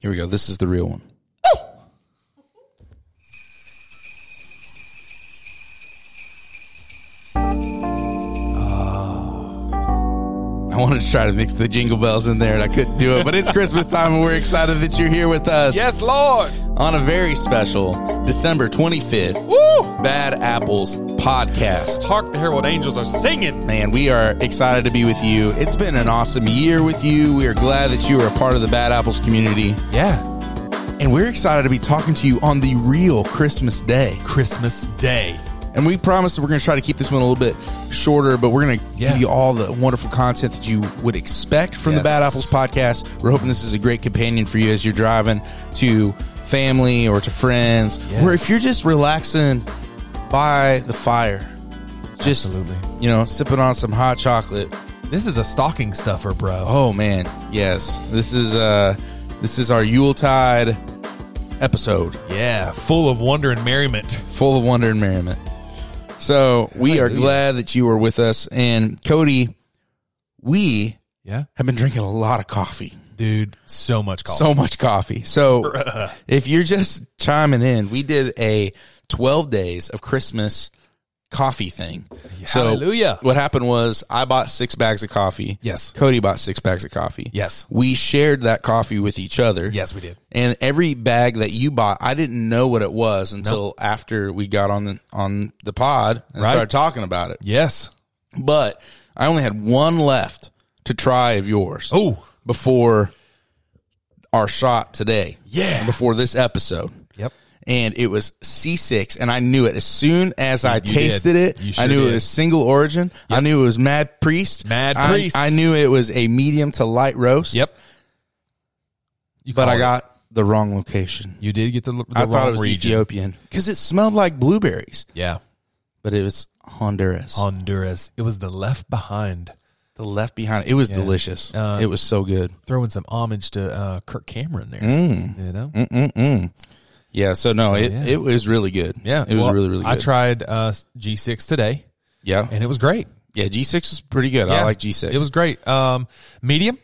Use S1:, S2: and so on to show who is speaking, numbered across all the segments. S1: Here we go. This is the real one. Oh. Ah. I wanted to try to mix the jingle bells in there and I couldn't do it, but it's Christmas time and we're excited that you're here with us.
S2: Yes, Lord.
S1: On a very special December 25th
S2: Woo!
S1: Bad Apples podcast.
S2: Hark, the herald angels are singing.
S1: Man, we are excited to be with you. It's been an awesome year with you. We are glad that you are a part of the Bad Apples community.
S2: Yeah.
S1: And we're excited to be talking to you on the real Christmas day.
S2: Christmas Day.
S1: And we promise that we're going to try to keep this one a little bit shorter, but we're going to
S2: Yeah.
S1: give you all the wonderful content that you would expect from the
S2: Yes.
S1: Bad Apples podcast. We're hoping this is a great companion for you as you're driving to family or to friends, or if
S2: Yes.
S1: you're just relaxing by the fire, just
S2: Absolutely.
S1: you know, sipping on some hot chocolate.
S2: This is a stocking stuffer, bro.
S1: Oh man, yes, this is uh, this is our Yuletide episode.
S2: Yeah, full of wonder and merriment.
S1: full of wonder and merriment. So we are
S2: Hallelujah.
S1: glad that you are with us. And Cody, we
S2: Yeah.
S1: have been drinking a lot of coffee.
S2: Dude, so much coffee.
S1: So much coffee. So if you're just chiming in, we did a 12 days of Christmas coffee thing. So
S2: Hallelujah.
S1: what happened was I bought six bags of coffee.
S2: Yes.
S1: Cody bought six bags of coffee.
S2: Yes.
S1: We shared that coffee with each other.
S2: Yes, we did.
S1: And every bag that you bought, I didn't know what it was until after we got on the on the pod and
S2: Right.
S1: started talking about it.
S2: Yes.
S1: But I only had one left to try of yours
S2: Oh,
S1: before our shot today.
S2: Yeah.
S1: Before this episode.
S2: yep.
S1: And it was C6, and I knew it as soon as I
S2: did.
S1: tasted
S2: You
S1: it.
S2: sure
S1: I knew
S2: did.
S1: it was single origin. I knew it was Mad Priest.
S2: Mad
S1: I-
S2: Priest.
S1: I knew it was a medium to light roast.
S2: Yep. You
S1: But
S2: called
S1: I
S2: it.
S1: got the wrong location.
S2: You did get the, the
S1: I thought
S2: wrong
S1: it was
S2: region.
S1: Ethiopian because it smelled like blueberries,
S2: Yeah.
S1: but it was Honduras.
S2: Honduras. It was the left behind.
S1: the left behind. It was delicious.
S2: Uh,
S1: it was so good.
S2: Throwing some homage to uh, Kirk Cameron there.
S1: Mm.
S2: You know?
S1: Yeah. So no, it,
S2: yeah.
S1: it was really good.
S2: Yeah.
S1: it was
S2: well,
S1: really really good.
S2: I tried uh, G6 today,
S1: yeah,
S2: and it was great.
S1: yeah. G six was pretty good. I
S2: Yeah.
S1: like G six.
S2: It was great. Um, medium.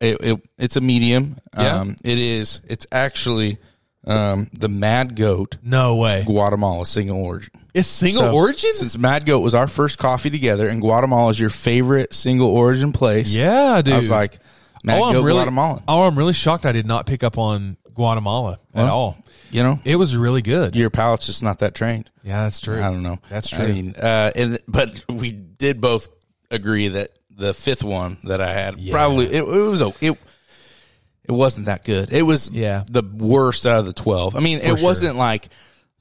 S1: it, it- it's a medium.
S2: Yeah.
S1: Um, it is. It's actually um, the Mad Goat
S2: No way.
S1: Guatemala single origin.
S2: It's single
S1: So,
S2: origins.
S1: Since Mad Goat was our first coffee together, and Guatemala is your favorite single origin place,
S2: Yeah, dude.
S1: I was like, Mad
S2: oh,
S1: Goat
S2: I'm really,
S1: Guatemalan.
S2: Oh, I'm really shocked. I did not pick up on Guatemala at all.
S1: You know,
S2: It was really good.
S1: your palate's just not that trained.
S2: Yeah, that's true.
S1: I don't know.
S2: That's
S1: I
S2: true.
S1: mean, uh, and but we did both agree that the fifth one that I had probably it, it was a it. It wasn't that good. It was
S2: Yeah.
S1: the worst out of the twelve. I mean, it wasn't like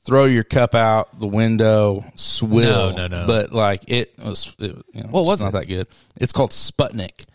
S1: throw your cup out the window swill.
S2: No, no, no.
S1: But like it was, it, you know,
S2: What was
S1: it's not that good. It's called Sputnik.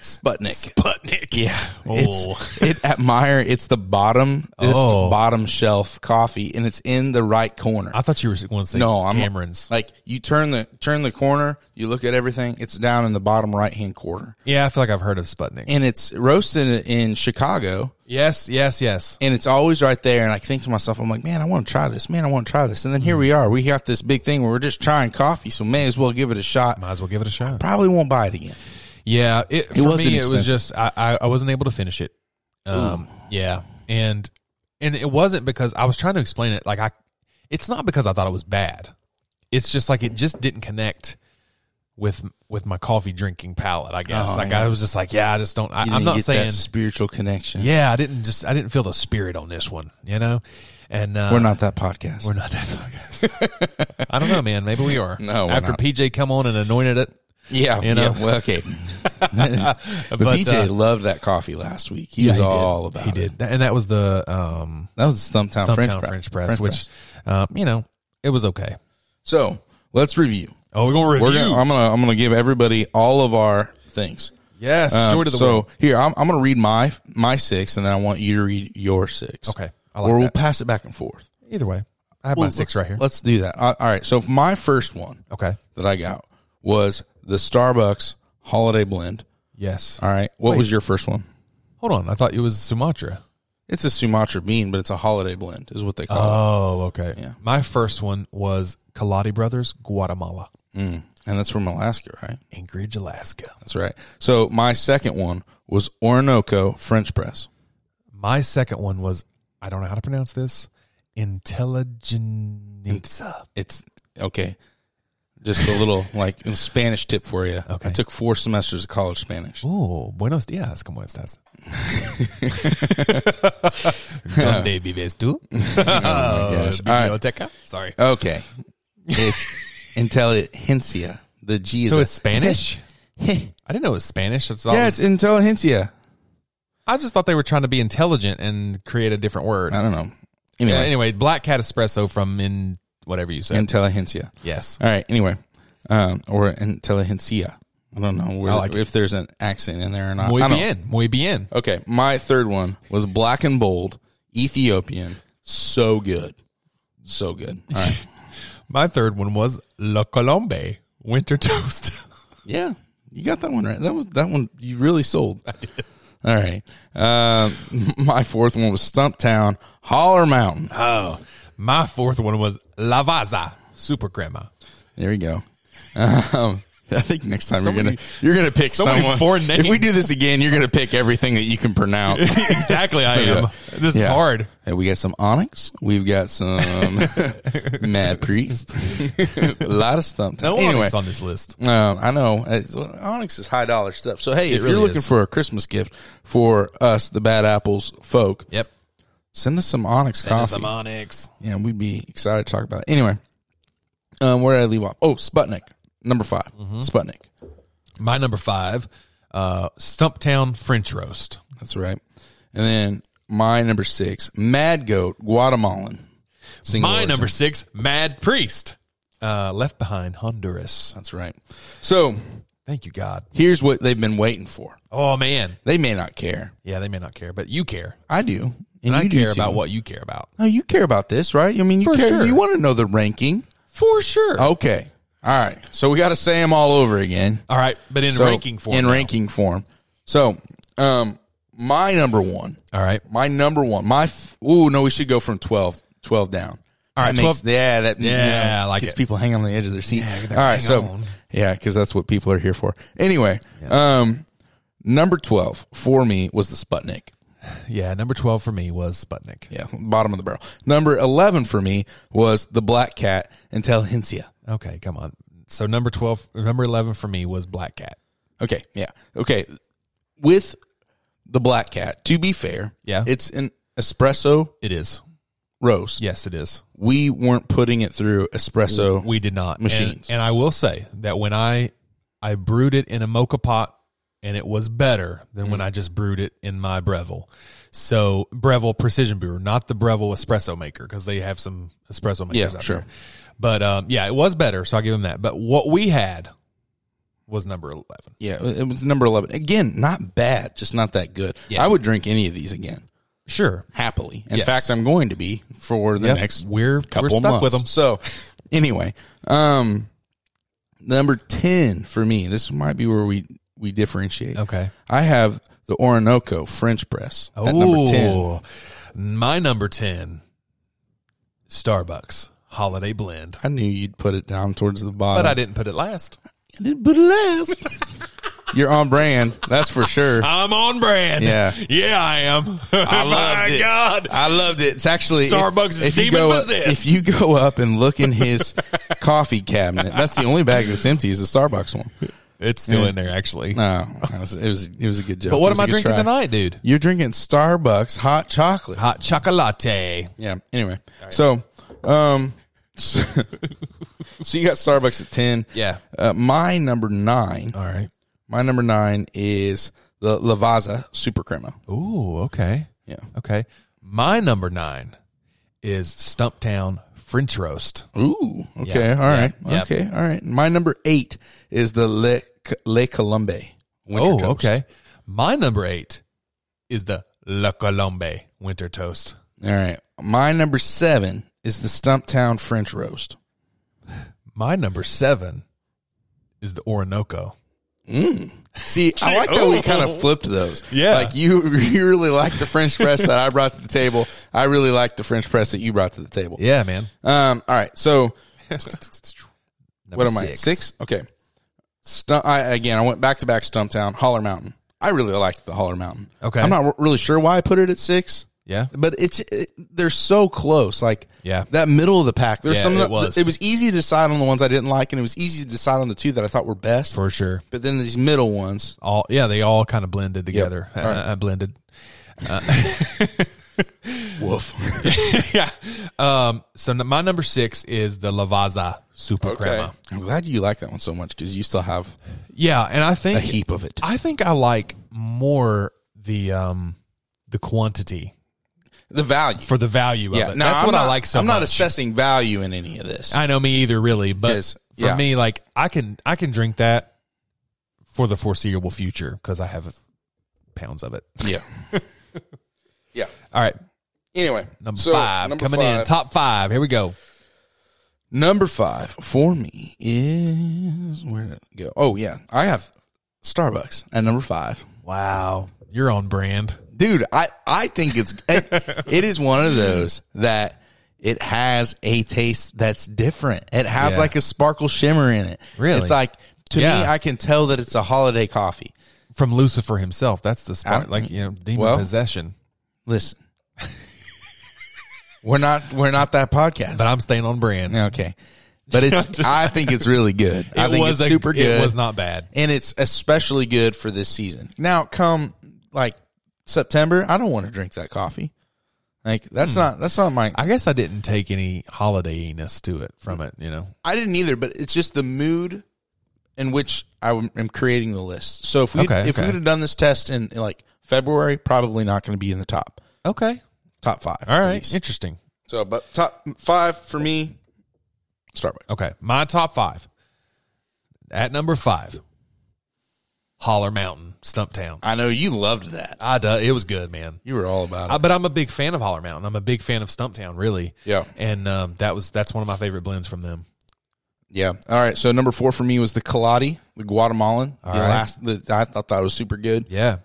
S1: Sputnik.
S2: Sputnik.
S1: Yeah,
S2: Oh.
S1: it's it at Meyer. It's the bottom, this
S2: Oh.
S1: bottom shelf coffee, and it's in the right corner.
S2: I thought you were going to say
S1: No, I'm
S2: Cameron's.
S1: Like you turn the turn the corner, you look at everything. It's down in the bottom right hand corner,
S2: yeah, I feel like I've heard of Sputnik.
S1: and it's roasted in Chicago,
S2: yes, yes, yes.
S1: and it's always right there. And I think to myself, I'm like, man, I want to try this. Man, I want to try this. And then here we are. We got this big thing where we're just trying coffee, so may as well give it a shot.
S2: Might as well give it a shot.
S1: Probably won't buy it again.
S2: Yeah, it, for
S1: wasn't
S2: me it
S1: expensive.
S2: was just I, I I wasn't able to finish it. Um, yeah, and and it wasn't because I was trying to explain it. Like I, it's not because I thought it was bad. It's just like it just didn't connect with with my coffee drinking palate. I guess
S1: Oh,
S2: like
S1: yeah.
S2: I was just like, yeah, I just don't. I,
S1: You
S2: I'm
S1: didn't
S2: not
S1: get that
S2: saying.
S1: spiritual connection.
S2: Yeah, I didn't just I didn't feel the spirit on this one. You know, and uh,
S1: We're not that podcast.
S2: we're not that. podcast. I don't know, man. Maybe we are.
S1: No, we're
S2: after
S1: not.
S2: PJ come on and anointed it.
S1: Yeah,
S2: You know?
S1: yeah, well, okay. but, PJ
S2: uh,
S1: loved that coffee last week. He was
S2: he did.
S1: all about
S2: he
S1: it.
S2: did, and that was the um,
S1: That was Stumptown,
S2: Stumptown
S1: French,
S2: French,
S1: Press.
S2: Press, which, uh, you know, it was okay.
S1: So let's review.
S2: Oh, we're gonna
S1: We're gonna, I'm gonna I'm gonna give everybody all of our things.
S2: yes,
S1: Um,
S2: joy to the
S1: so
S2: world.
S1: here I'm, I'm gonna read my my six, and then I want you to read your six.
S2: Okay, I like
S1: or we'll
S2: that.
S1: pass it back and forth.
S2: Either way, I have my
S1: Well, let's-
S2: six right here.
S1: Let's do that. Uh, all right. So my first one
S2: Okay.
S1: that I got was the Starbucks Holiday Blend.
S2: Yes.
S1: All right. What was your first one?
S2: Hold on. I thought it was Sumatra.
S1: It's a Sumatra bean, but it's a holiday blend, is what they call it.
S2: Oh, okay. My first one was Kaladi Brothers, Guatemala,
S1: And that's from Alaska, right?
S2: Anchorage, Alaska.
S1: That's right. So my second one was Orinoco French press.
S2: My second one was I don't know how to pronounce this. Intelligenza.
S1: It's okay. Just a little like a Spanish tip for you.
S2: Okay.
S1: I took four semesters of college Spanish.
S2: Oh, buenos dias, como estás? ¿Dónde vives tú? Oh
S1: gosh. Uh, All right.
S2: Biblioteca? Sorry.
S1: Okay. It's intelligentsia. The G is
S2: So
S1: a-
S2: it's Spanish? I didn't know it was Spanish. That's all
S1: yeah, it's intelligentsia.
S2: I just thought they were trying to be intelligent and create a different word.
S1: I don't know.
S2: Yeah,
S1: Oh, Anyway,
S2: anyway, Black Cat Espresso from in whatever you said.
S1: intelligentsia.
S2: yes.
S1: All right. Anyway, um, or intelligentsia. I don't know where,
S2: I like
S1: if there's an accent in there or not.
S2: Muy
S1: I don't-
S2: bien. Muy bien.
S1: Okay, my third one was black and bold Ethiopian. So good, so good. All right.
S2: My third one was La Colombe, winter toast.
S1: yeah, you got that one right. That was that one you really sold. All right. Um, my fourth one was Stumptown Holler Mountain.
S2: oh. My fourth one was La Vaza, super crema.
S1: There you go. Um, I think next time
S2: So
S1: you're gonna
S2: many-
S1: you're gonna pick
S2: so many
S1: someone.
S2: foreign
S1: If we
S2: names.
S1: do this again, you're gonna pick everything that you can pronounce.
S2: exactly, I am. This is
S1: Yeah.
S2: hard.
S1: And we got some Onyx. We've got some Mad Priest. a lot of stuff.
S2: No
S1: anyway,
S2: onyx on this list.
S1: um, I know it's, Onyx is high dollar stuff. So hey, if
S2: really
S1: you're looking
S2: is.
S1: for a Christmas gift for us, the Bad Apples folk,
S2: Yep.
S1: send us some Onyx coffee.
S2: onyx.
S1: yeah, we'd be excited to talk about. It. Anyway, um, where did I leave off? Oh, Sputnik number 5
S2: Mm-hmm.
S1: Sputnik.
S2: My number five, uh, Stumptown French roast.
S1: That's right. And then my number six, Mad Goat Guatemalan. Single
S2: My
S1: origin.
S2: number six, Mad Priest. Uh, left behind Honduras.
S1: That's right. So
S2: Thank you, God.
S1: here's what they've been waiting for.
S2: Oh man.
S1: They may not care.
S2: Yeah, they may not care, but you care.
S1: I do. And,
S2: And I
S1: you do
S2: care
S1: too.
S2: about what you care about.
S1: No, you care about this, right? I mean, you
S2: For
S1: care.
S2: sure.
S1: You want to know the ranking.
S2: For sure.
S1: Okay. All right. So we got to say them all over again.
S2: All right, but in
S1: So,
S2: ranking form.
S1: In
S2: now.
S1: ranking form. So, um, my number one.
S2: All right.
S1: My number one. My f- ooh no, we should go from 12, 12 down. All
S2: right, 12
S1: yeah, that
S2: Yeah,
S1: you
S2: I like
S1: gets
S2: it.
S1: people hanging on the edge of their seat.
S2: they're
S1: All right,
S2: hang
S1: so
S2: on.
S1: yeah, because that's what people are here for. Anyway, um, number twelve for me was the Sputnik.
S2: Yeah, number 12 for me was Sputnik.
S1: Yeah, bottom of the barrel. Number eleven for me was the Black Cat Intelligentsia.
S2: Okay, come on. So number 12, number 11 for me was Black Cat.
S1: Okay, yeah, okay. With the Black Cat, to be fair,
S2: Yeah.
S1: it's an espresso
S2: It is.
S1: roast.
S2: Yes, it is.
S1: We weren't putting it through espresso.
S2: We did not. And-
S1: Machines.
S2: And, I will say that when I I brewed it in a mocha pot and it was better than
S1: Mm.
S2: when I just brewed it in my Breville. So Breville precision brewer, not the Breville espresso maker because they have some espresso makers
S1: Yeah,
S2: out
S1: sure.
S2: there. But um, yeah, it was better, so I give them that. But what we had was number 11.
S1: Yeah, it was number 11. Again, not bad, just not that good. I would drink any of these again,
S2: Sure.
S1: happily. In
S2: Yes.
S1: fact, I'm going to be for the
S2: Yep.
S1: next
S2: we're
S1: couple
S2: we're stuck
S1: months.
S2: with them.
S1: So, anyway, um number 10 for me. This might be where we we differentiate.
S2: Okay.
S1: I have the Orinoco French press at number 10.
S2: Oh, My number 10, Starbucks Holiday Blend.
S1: I knew you'd put it down towards the bottom.
S2: But I didn't put it last.
S1: didn't put it last. You're on brand, that's for sure.
S2: I'm on brand.
S1: Yeah.
S2: Yeah, I am.
S1: I loved
S2: My
S1: it.
S2: God.
S1: I loved it. It's actually if-
S2: Starbucks is
S1: you
S2: demon
S1: go up-
S2: possessed.
S1: If you go up and look in his coffee cabinet, that's the only bag that's empty is the Starbucks one.
S2: It's still in there, actually.
S1: No, that was, it was it was a good joke.
S2: But
S1: It
S2: what
S1: was a
S2: am I
S1: good
S2: drinking
S1: try.
S2: tonight, dude?
S1: You're drinking Starbucks hot chocolate.
S2: Hot chocolate.
S1: Yeah. Anyway, so um, so, so you got Starbucks at ten.
S2: Yeah.
S1: Uh, my number nine.
S2: All right.
S1: My number nine is the Lavazza Super Crema.
S2: Ooh, okay.
S1: Yeah.
S2: Okay. My number nine is Stumptown French Roast.
S1: Ooh. Okay.
S2: Yeah,
S1: all right.
S2: yeah, yeah.
S1: Okay. All right. My number eight is the Le Le Colombe. winter
S2: oh,
S1: toast.
S2: okay. My number eight is the La Colombe Winter Toast.
S1: All right. My number seven is the Stumptown French roast.
S2: My number seven is the Orinoco.
S1: See, I like how we kind of flipped those.
S2: Oh. Yeah.
S1: Like you, you really like the French press that I brought to the table. I really like the French press that you brought to the table.
S2: Yeah, man.
S1: Um. All right. So
S2: Number
S1: what am I? Six. Okay. Stump, I, again, I went back to back Stumptown, Holler Mountain. I really liked the Holler Mountain.
S2: Okay.
S1: I'm not really sure why I put it at six.
S2: Yeah.
S1: but it's it, they're so close. Like
S2: Yeah.
S1: that middle of the pack. There's
S2: Yeah,
S1: some.
S2: it
S1: It
S2: was.
S1: was. it was easy to decide on the ones I didn't like, and it was easy to decide on the two that I thought were best.
S2: For sure.
S1: but then these middle ones,
S2: All yeah, they all kind of blended together.
S1: All
S2: Uh,
S1: right.
S2: uh, blended.
S1: woof.
S2: yeah. Um. So n- my number six is the Lavazza Super Crema.
S1: I'm glad you like that one so much because you still have
S2: Yeah, and I think
S1: a heap of it.
S2: I think I like more the um the quantity
S1: The value.
S2: for the value
S1: yeah,
S2: of it.
S1: no,
S2: That's
S1: I'm
S2: what
S1: not,
S2: I like so
S1: I'm
S2: much.
S1: not assessing value in any of this.
S2: I know me either, really. But
S1: Yes,
S2: for
S1: yeah.
S2: me, like I can I can drink that for the foreseeable future because I have pounds of it.
S1: yeah, yeah.
S2: All right,
S1: Anyway,
S2: number
S1: so,
S2: five
S1: number
S2: coming in
S1: five.
S2: top five. Here we go.
S1: Number five for me is where did it go? Oh yeah, I have Starbucks at number five.
S2: Wow, you're on brand.
S1: dude i i think it's it, it is one of those that it has a taste that's different it has
S2: Yeah.
S1: like a sparkle shimmer in it
S2: Really?
S1: it's like to me
S2: Yeah.
S1: i can tell that it's a holiday coffee
S2: From Lucifer himself. That's the
S1: I
S2: spot.
S1: don't-
S2: Like you know, demon
S1: well-
S2: possession.
S1: listen we're not we're not that podcast
S2: But I'm staying on brand.
S1: okay but it's i think it's really good i
S2: It
S1: think
S2: was
S1: it's
S2: a-
S1: super good
S2: It was not bad.
S1: and it's especially good for this season now come like september i don't want to drink that coffee like that's
S2: Hmm.
S1: not that's not my
S2: I guess I didn't take any holidayiness to it from it. You know.
S1: I didn't either, but it's just the mood in which I am am creating the list. So if we
S2: Okay,
S1: if
S2: okay.
S1: we would have done this test in, in like February, probably not going to be in the top
S2: Okay.
S1: top five.
S2: All
S1: at
S2: right.
S1: least.
S2: Interesting.
S1: So, but top five for me, Starbucks.
S2: Okay, my top five. At number five, Holler Mountain, Stumptown.
S1: I know you loved that.
S2: I do, it was good, man.
S1: You were all about
S2: I,
S1: it.
S2: but I'm a big fan of Holler Mountain. I'm a big fan of Stumptown, really.
S1: Yeah.
S2: And um, that was that's one of my favorite blends from them.
S1: yeah. All right. So number four for me was the Kaladi, the Guatemalan. The
S2: right.
S1: last, the, I thought that was super good.
S2: Yeah.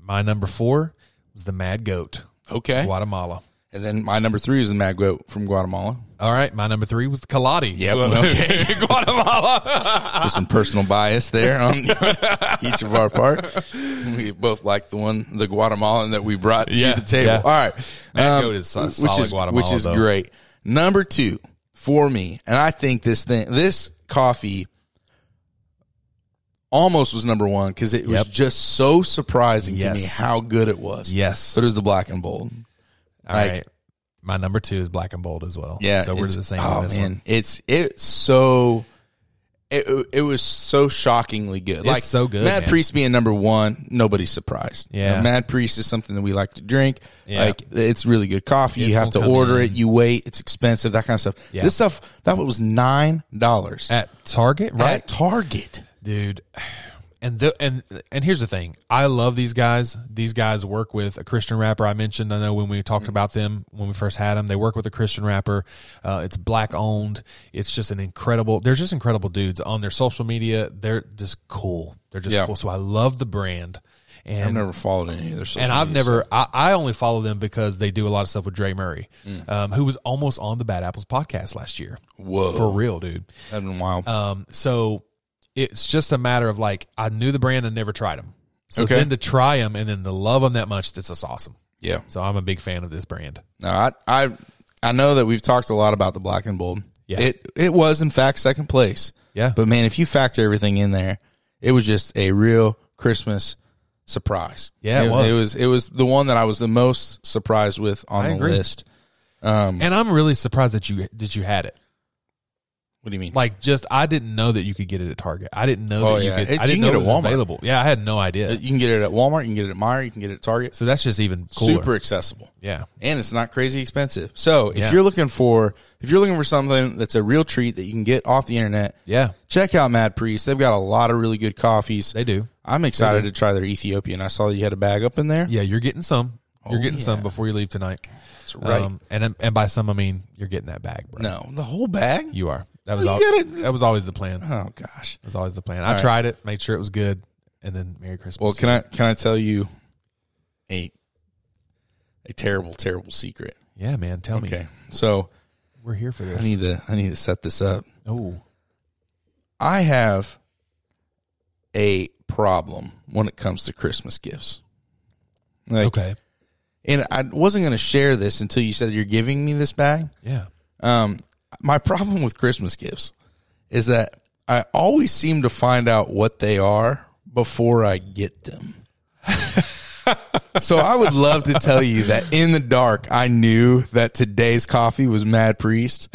S2: My number four was the Mad Goat,
S1: Okay.
S2: Guatemala.
S1: And then my number three is the Mad Goat from Guatemala.
S2: All right, my number three was the Kaladi.
S1: Yep, okay.
S2: Guatemala.
S1: There's some personal bias there on each of our part. We both like the one, the Guatemalan that we brought to
S2: Yeah,
S1: the table.
S2: yeah.
S1: All right, Um,
S2: That goat is so- solid
S1: which is
S2: Guatemala,
S1: which is
S2: though.
S1: great. Number two for me, and I think this thing, this coffee, almost was number one because it was
S2: Yep.
S1: just so surprising to me
S2: Yes.
S1: how good it was.
S2: yes.
S1: So does the black and bold.
S2: All right. My number two is Black and Bold as well.
S1: Yeah.
S2: So we're
S1: it's-
S2: the same
S1: oh,
S2: on this
S1: man,
S2: one.
S1: It's it's so it, it was so shockingly good. like
S2: so good,
S1: Mad
S2: man.
S1: Priest being number one, nobody's surprised. You know,
S2: Yeah.
S1: Mad Priest is something that we like to drink.
S2: Yeah.
S1: Like it's really good coffee.
S2: It's
S1: you have
S2: gonna
S1: to
S2: come
S1: order
S2: in.
S1: it. You wait. It's expensive. That kind of stuff.
S2: Yeah.
S1: This stuff that was nine dollars
S2: At Target, right?
S1: at Target.
S2: dude and the and and here's the thing i love these guys these guys work with a christian rapper i mentioned i know when we
S1: Mm.
S2: talked about them when we first had them they work with a christian rapper uh, it's black owned it's just an incredible they're just incredible dudes on their social media they're just cool they're just
S1: Yeah.
S2: cool so i love the brand
S1: I've
S2: and
S1: never followed any of their social
S2: and I've
S1: media
S2: never, I, I only follow them because they do a lot of stuff with Dre Murray, um, who was almost on the Bad Apples podcast last year.
S1: stuff. Mm. Whoa,
S2: For real, dude.
S1: that's been wild.
S2: Um, so it's just a matter of like I knew the brand and never tried them. So
S1: Okay.
S2: then to try them and then to love them that much, that's just awesome.
S1: yeah.
S2: So I'm a big fan of this brand.
S1: No, I I I know that we've talked a lot about the black and bold.
S2: Yeah.
S1: It it was in fact second place.
S2: Yeah.
S1: But man, if you factor everything in there, it was just a real Christmas surprise.
S2: Yeah, it was.
S1: It was it was the one that I was the most surprised with on
S2: I
S1: the
S2: agree.
S1: list.
S2: and I'm really surprised that you that you had it.
S1: What do you mean?
S2: Like just I didn't know that you could get it at Target. I didn't know
S1: Oh,
S2: that you
S1: yeah.
S2: could
S1: It's-
S2: I didn't
S1: you can
S2: know
S1: get
S2: it
S1: it
S2: was
S1: at Walmart.
S2: available. Yeah, I had no idea.
S1: Uh, you can get it at Walmart, you can get it at Meyer, you can get it at Target.
S2: So that's just even cooler.
S1: Super accessible.
S2: Yeah.
S1: and it's not crazy expensive. So if
S2: Yeah.
S1: you're looking for if you're looking for something that's a real treat that you can get off the internet,
S2: Yeah.
S1: check out Mad Priest. They've got a lot of really good coffees.
S2: They do.
S1: I'm excited to try their Ethiopian. I saw you had a bag up in there.
S2: Yeah, you're getting some. You're
S1: Oh,
S2: getting some
S1: yeah.
S2: before you leave tonight. That's
S1: right.
S2: and and by some I mean you're getting that bag, bro.
S1: Um, No, the whole bag.
S2: You are. That was
S1: you
S2: al-
S1: gotta-
S2: that was always the plan.
S1: oh gosh.
S2: That's always the plan. I tried it, made sure it was good, and then Merry Christmas.
S1: Well, can I can I tell you a a terrible terrible secret?
S2: yeah, man, tell me.
S1: Okay, so
S2: We're here for this.
S1: I need to I need to set this up.
S2: oh,
S1: I have a problem when it comes to Christmas gifts. Like,
S2: okay.
S1: And I wasn't going to share this until you said you're giving me this bag.
S2: Yeah.
S1: Um, my problem with Christmas gifts is that I always seem to find out what they are before I get them. so I would love to tell you that in the dark, I knew that today's coffee was Mad Priest.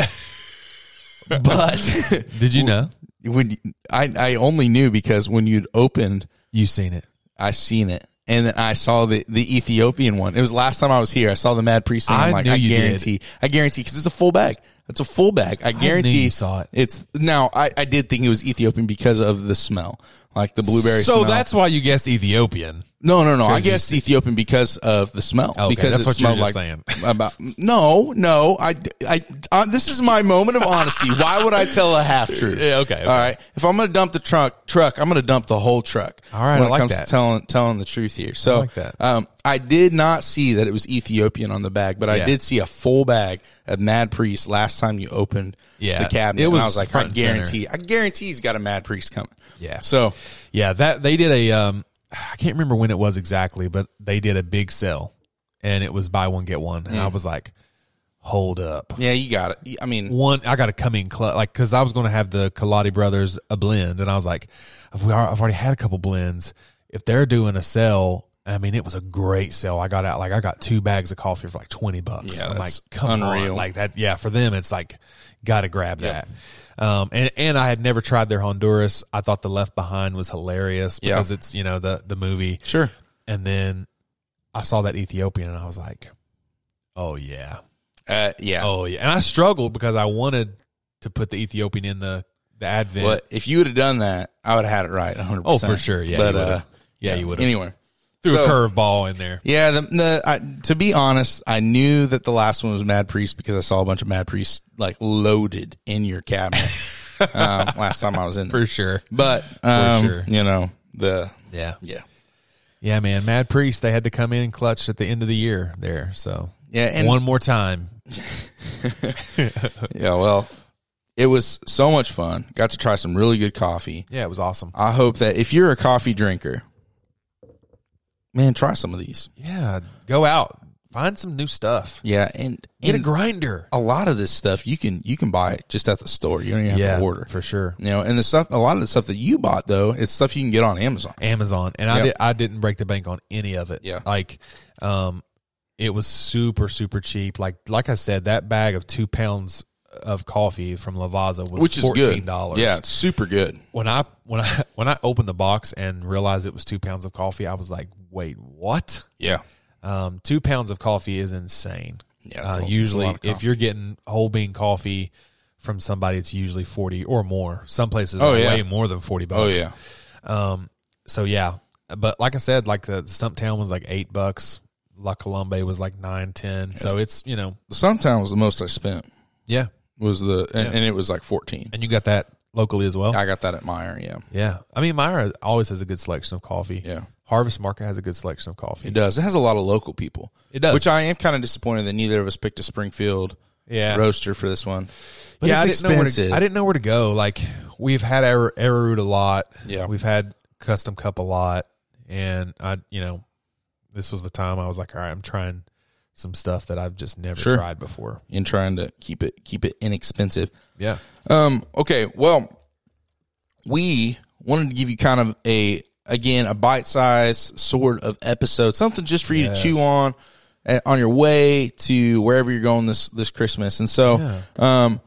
S1: But
S2: Did you know?
S1: when you- I, I only knew because when you'd opened,
S2: You seen it?
S1: I seen it. And then I saw the, the Ethiopian one. It was last time I was here. I saw the Mad Priest. And I'm
S2: I
S1: like,
S2: knew
S1: I
S2: you did.
S1: guarantee, I guarantee, because it's a full bag. It's a full bag. I guarantee
S2: you saw it.
S1: It's now. I, I did think it was Ethiopian because of the smell, like the blueberry.
S2: So
S1: smell.
S2: that's why you guessed Ethiopian.
S1: no, no, no. I guess Ethiopian because of the smell.
S2: Okay,
S1: because
S2: that's
S1: it
S2: what you
S1: smelled
S2: were
S1: like
S2: just saying.
S1: about. No, no. I, I. uh, this is my moment of honesty. Why would I tell a half truth?
S2: Yeah, okay, okay.
S1: All right. If I'm gonna dump the truck, truck, I'm gonna dump the whole truck.
S2: All right,
S1: When
S2: I
S1: it
S2: like
S1: comes
S2: that.
S1: to telling telling the truth here, so
S2: like that.
S1: Um, I did not see that it was Ethiopian on the bag, but I
S2: Yeah.
S1: did see a full bag of Mad Priest last time you opened
S2: Yeah,
S1: the cabinet.
S2: it
S1: and I
S2: was
S1: was like, I
S2: front and center.
S1: guarantee, I guarantee he's got a Mad Priest coming.
S2: Yeah.
S1: So
S2: Yeah, that they did a um I can't remember when it was exactly, but they did a big sale and it was buy one get one
S1: Mm.
S2: and I was like hold up.
S1: yeah, you got it. I mean,
S2: One I got to come in cl- like cuz I was going to have the Kalati brothers a blend and I was like I've, we are, I've already had a couple blends. If they're doing a sale, I mean it was a great sale. I got out like I got two bags of coffee for like 20 bucks.
S1: Yeah,
S2: I'm
S1: that's
S2: like come
S1: unreal.
S2: on. Like that yeah, for them it's like got to grab that. Um and and I had never tried their Honduras. I thought the left behind was hilarious
S1: Yeah.
S2: because it's you know the the movie
S1: sure.
S2: and then i saw that ethiopian and i was like oh yeah
S1: Uh, yeah.
S2: oh yeah and i struggled because i wanted to put the ethiopian in the the advent
S1: But if you would have done that, I would have had it right 100%.
S2: Oh, for sure. Yeah,
S1: But,
S2: you would've.
S1: uh,
S2: Yeah, you would've.
S1: Anyway.
S2: threw
S1: So,
S2: a curveball in there
S1: Yeah, the, the I, to be honest, I knew that the last one was Mad Priest because I saw a bunch of Mad Priests like loaded in your cabinet um, last time I was in there.
S2: for sure
S1: But um,
S2: sure.
S1: you know the
S2: yeah
S1: yeah
S2: yeah man mad priest they had to come in clutch at the end of the year there so
S1: yeah and
S2: one more time
S1: yeah well, it was so much fun. Got to try some really good coffee.
S2: yeah it was awesome
S1: I hope that if you're a coffee drinker, man, try some of these.
S2: yeah go out find some new stuff
S1: Yeah, and
S2: get a
S1: and-
S2: grinder
S1: a lot of this stuff you can you can buy it just at the store. You don't even have to order.
S2: for sure
S1: You know, and the stuff a lot of the stuff that you bought though, it's stuff you can get on Amazon.
S2: Amazon, and I
S1: Yep.
S2: did, I didn't break the bank on any of it.
S1: Yeah.
S2: like, um, it was super super cheap. Like like I said, that bag of two pounds of coffee from Lavazza was
S1: Which is
S2: fourteen
S1: good.
S2: dollars.
S1: Yeah, it's super good.
S2: When I when I when I opened the box and realized it was two pounds of coffee, I was like, wait, what?
S1: Yeah.
S2: Um, two pounds of coffee is insane.
S1: Yeah, it's
S2: Uh,
S1: a- it's a
S2: usually,
S1: lot of
S2: if you're getting whole bean coffee from somebody, it's usually forty or more. Some places
S1: Oh,
S2: are
S1: yeah.
S2: way more than forty bucks.
S1: Oh yeah.
S2: Um, so yeah, but like I said, like the Stumptown was like eight bucks. La Colombe was like nine, ten. So it's you know,
S1: Sometimes was the most I spent
S2: yeah,
S1: was the and, and it was like fourteen.
S2: and you got that locally as well.
S1: I got that at Meyer, yeah.
S2: yeah, I mean Myra always has a good selection of coffee.
S1: Yeah.
S2: Harvest Market has a good selection of coffee.
S1: It does. It has a lot of local people.
S2: It does.
S1: Which I am kind of disappointed that neither of us picked a Springfield
S2: Yeah,
S1: roaster for this one. But
S2: yeah,
S1: it's
S2: I didn't Know
S1: expensive.
S2: where to, I didn't know where to go. Like we've had Ar- Arrowroot a lot.
S1: Yeah.
S2: we've had Custom Cup a lot, and I, you know, this was the time I was like, all right, I'm trying some stuff that I've just never
S1: Sure.
S2: tried before.
S1: in trying to keep it keep it inexpensive.
S2: Yeah.
S1: Um, okay, well, we wanted to give you kind of a again a bite sized sort of episode, something just for you
S2: Yes.
S1: to chew on uh, on your way to wherever you're going this this Christmas. And so, um,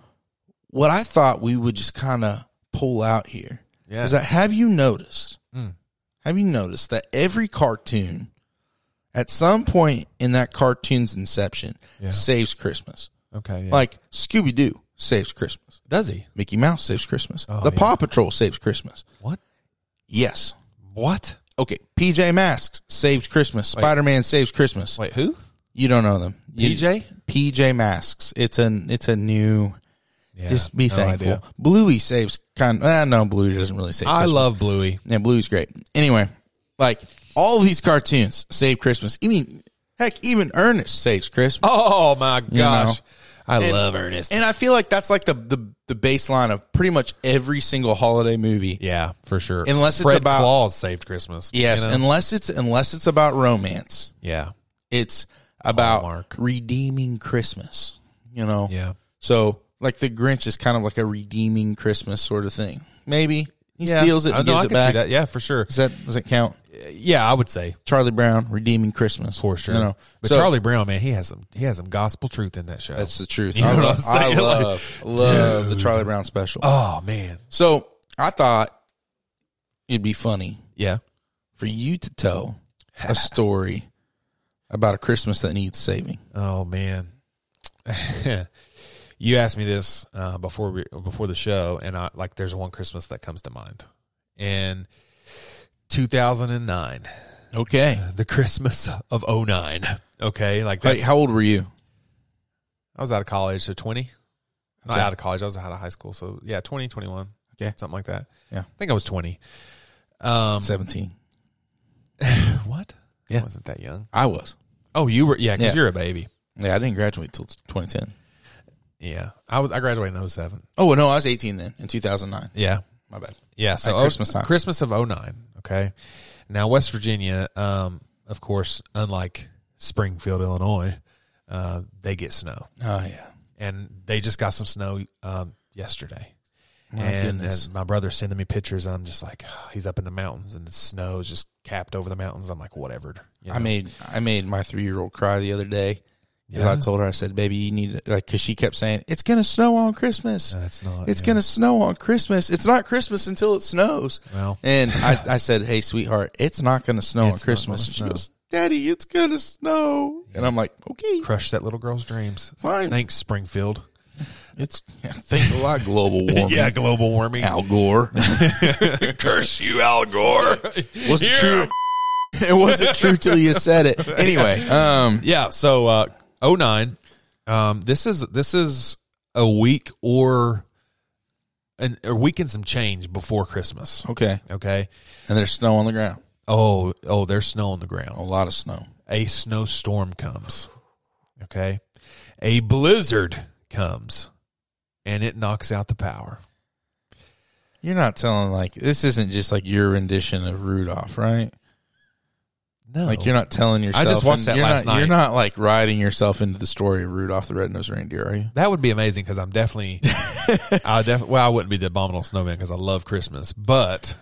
S1: what I thought we would just kind of pull out here is
S2: Yeah. Hmm.
S1: that have you noticed? Have you noticed that every cartoon at some point in that cartoon's inception
S2: Yeah.
S1: saves Christmas?
S2: Okay. yeah.
S1: Like Scooby Doo saves Christmas.
S2: Does he?
S1: Mickey Mouse saves Christmas.
S2: Oh,
S1: the
S2: yeah.
S1: Paw Patrol saves Christmas.
S2: What?
S1: Yes.
S2: What?
S1: Okay. PJ Masks saves Christmas. Spider Man saves Christmas.
S2: Wait, who?
S1: You don't know them. You-
S2: PJ?
S1: PJ Masks. It's an it's a new.
S2: Yeah,
S1: just be
S2: no
S1: thankful.
S2: idea.
S1: Bluey saves kind. Ah, no, Bluey doesn't really save.
S2: I
S1: Christmas.
S2: love Bluey.
S1: Yeah, Bluey's great. Anyway, like all these cartoons save Christmas. I mean, heck, even Ernest saves Christmas.
S2: Oh my gosh.
S1: know.
S2: I
S1: And-
S2: love Ernest.
S1: And I feel like that's like the, the the baseline of pretty much every single holiday movie.
S2: yeah, for sure.
S1: Unless it's
S2: Fred
S1: about-
S2: Claus saved Christmas. you
S1: Yes,
S2: know?
S1: unless it's unless it's about romance.
S2: yeah,
S1: It's about
S2: Hallmark.
S1: redeeming Christmas, you know.
S2: yeah.
S1: So, like the Grinch is kind of like a redeeming Christmas sort of thing. Maybe he
S2: Yeah.
S1: steals it
S2: I
S1: and
S2: know, I
S1: gives it
S2: can see
S1: back.
S2: that. Yeah, for sure.
S1: Does that does it count?
S2: Yeah, I would say
S1: Charlie Brown redeeming Christmas
S2: for sure.
S1: No, no.
S2: But
S1: So-
S2: Charlie Brown, man, he has some he has some gospel truth in that show.
S1: That's the truth.
S2: You
S1: I
S2: know what
S1: love,
S2: I'm
S1: I
S2: saying? Like,
S1: love, love the Charlie Brown special.
S2: oh man,
S1: So I thought it'd be funny
S2: yeah.
S1: for you to tell a story about a Christmas that needs saving.
S2: Oh man, you asked me this uh, before we, before the show, and I like there's one Christmas that comes to mind, and 2009,
S1: Okay.
S2: the Christmas of 09. Okay, like
S1: Hey,
S2: that's,
S1: how old were you?
S2: I was out of college, so 20. Not
S1: Okay.
S2: out of college, I was out of high school, so yeah, 20, 21,
S1: Okay.
S2: something like that.
S1: Yeah.
S2: I think I was 20. Um,
S1: 17.
S2: what?
S1: Yeah.
S2: I wasn't that young.
S1: I was.
S2: Oh, you were yeah, because
S1: Yeah.
S2: you're a baby.
S1: Yeah, I didn't graduate till 2010.
S2: Yeah, I was. I graduated in 07.
S1: Oh, no, I was 18 then in 2009.
S2: Yeah,
S1: My bad.
S2: Yeah, so
S1: At
S2: oh,
S1: Christmas time.
S2: Christmas of 09, okay? Now West Virginia, um, of course, unlike Springfield, Illinois, uh, they get snow.
S1: Oh, yeah.
S2: And they just got some snow um, yesterday.
S1: My
S2: and
S1: goodness.
S2: as my brother's sending me pictures, and I'm just like, he's up in the mountains, and the snow is just capped over the mountains. I'm like, whatever. you
S1: I
S2: know?
S1: made I made my three year old cry the other day because I
S2: Yeah.
S1: told her I said, "Baby, you need to, like," because she kept saying, "It's gonna snow on Christmas.
S2: that's Uh, not.
S1: It's
S2: yeah.
S1: gonna snow on Christmas. It's not Christmas until it snows."
S2: Well,
S1: And I, I said, "Hey, sweetheart, it's not gonna snow
S2: It's
S1: on
S2: not
S1: Christmas."
S2: gonna
S1: And she
S2: snow.
S1: goes, "Daddy, it's gonna snow." And I'm like, "Okay,
S2: crush that little girl's dreams.
S1: fine.
S2: Thanks, Springfield.
S1: It's thanks a lot, global warming."
S2: Yeah, global warming.
S1: Al Gore.
S2: Curse you, Al Gore.
S1: Was
S2: Yeah.
S1: it true? it wasn't true till you said it. Anyway, um,
S2: Yeah. So uh, 09, um, this is this is a week or an, a week and some change before Christmas.
S1: okay,
S2: Okay.
S1: and there's snow on the ground.
S2: Oh, oh, there's snow on the
S1: A
S2: ground.
S1: lot of snow.
S2: A snowstorm comes. Okay. A blizzard comes, and it knocks out the power.
S1: You're not telling like this isn't just like your rendition of Rudolph, right?
S2: No,
S1: Like you're not telling yourself.
S2: just watched that
S1: you're
S2: last
S1: not, You're
S2: night.
S1: not like riding yourself into the story of Rudolph the Red-Nosed Reindeer, are you?
S2: That would be amazing because I'm definitely, I definitely, well, I wouldn't be the abominable snowman because I love Christmas, but,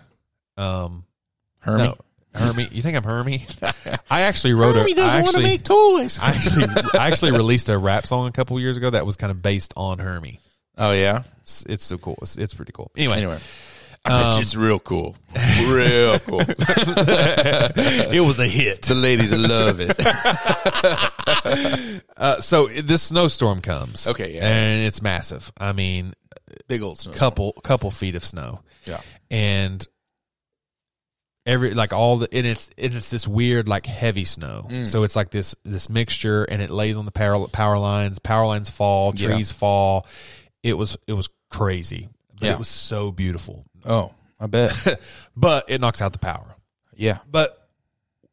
S2: um,
S1: Hermie.
S2: No, Hermie. You think I'm Hermie? I actually wrote a. I actually,
S1: toys.
S2: I actually, I actually released a rap song a couple years ago that was kind of based on Hermie.
S1: oh yeah.
S2: It's, it's so cool. It's, it's pretty cool. Anyway,
S1: Anyway, I bet you it's real cool. Real cool. the
S2: it was a hit.
S1: ladies love it.
S2: Uh, so it- this snowstorm comes.
S1: Okay, yeah.
S2: and it's massive. I mean,
S1: Big old snow.
S2: couple couple feet of snow.
S1: Yeah.
S2: and every like all the and it's and it's this weird like heavy snow
S1: Mm.
S2: so it's like this this mixture and it lays on the power power lines power lines fall
S1: Yeah.
S2: trees fall it was it was crazy but
S1: Yeah.
S2: it was so beautiful
S1: Oh, I bet.
S2: but it knocks out the power
S1: Yeah.
S2: but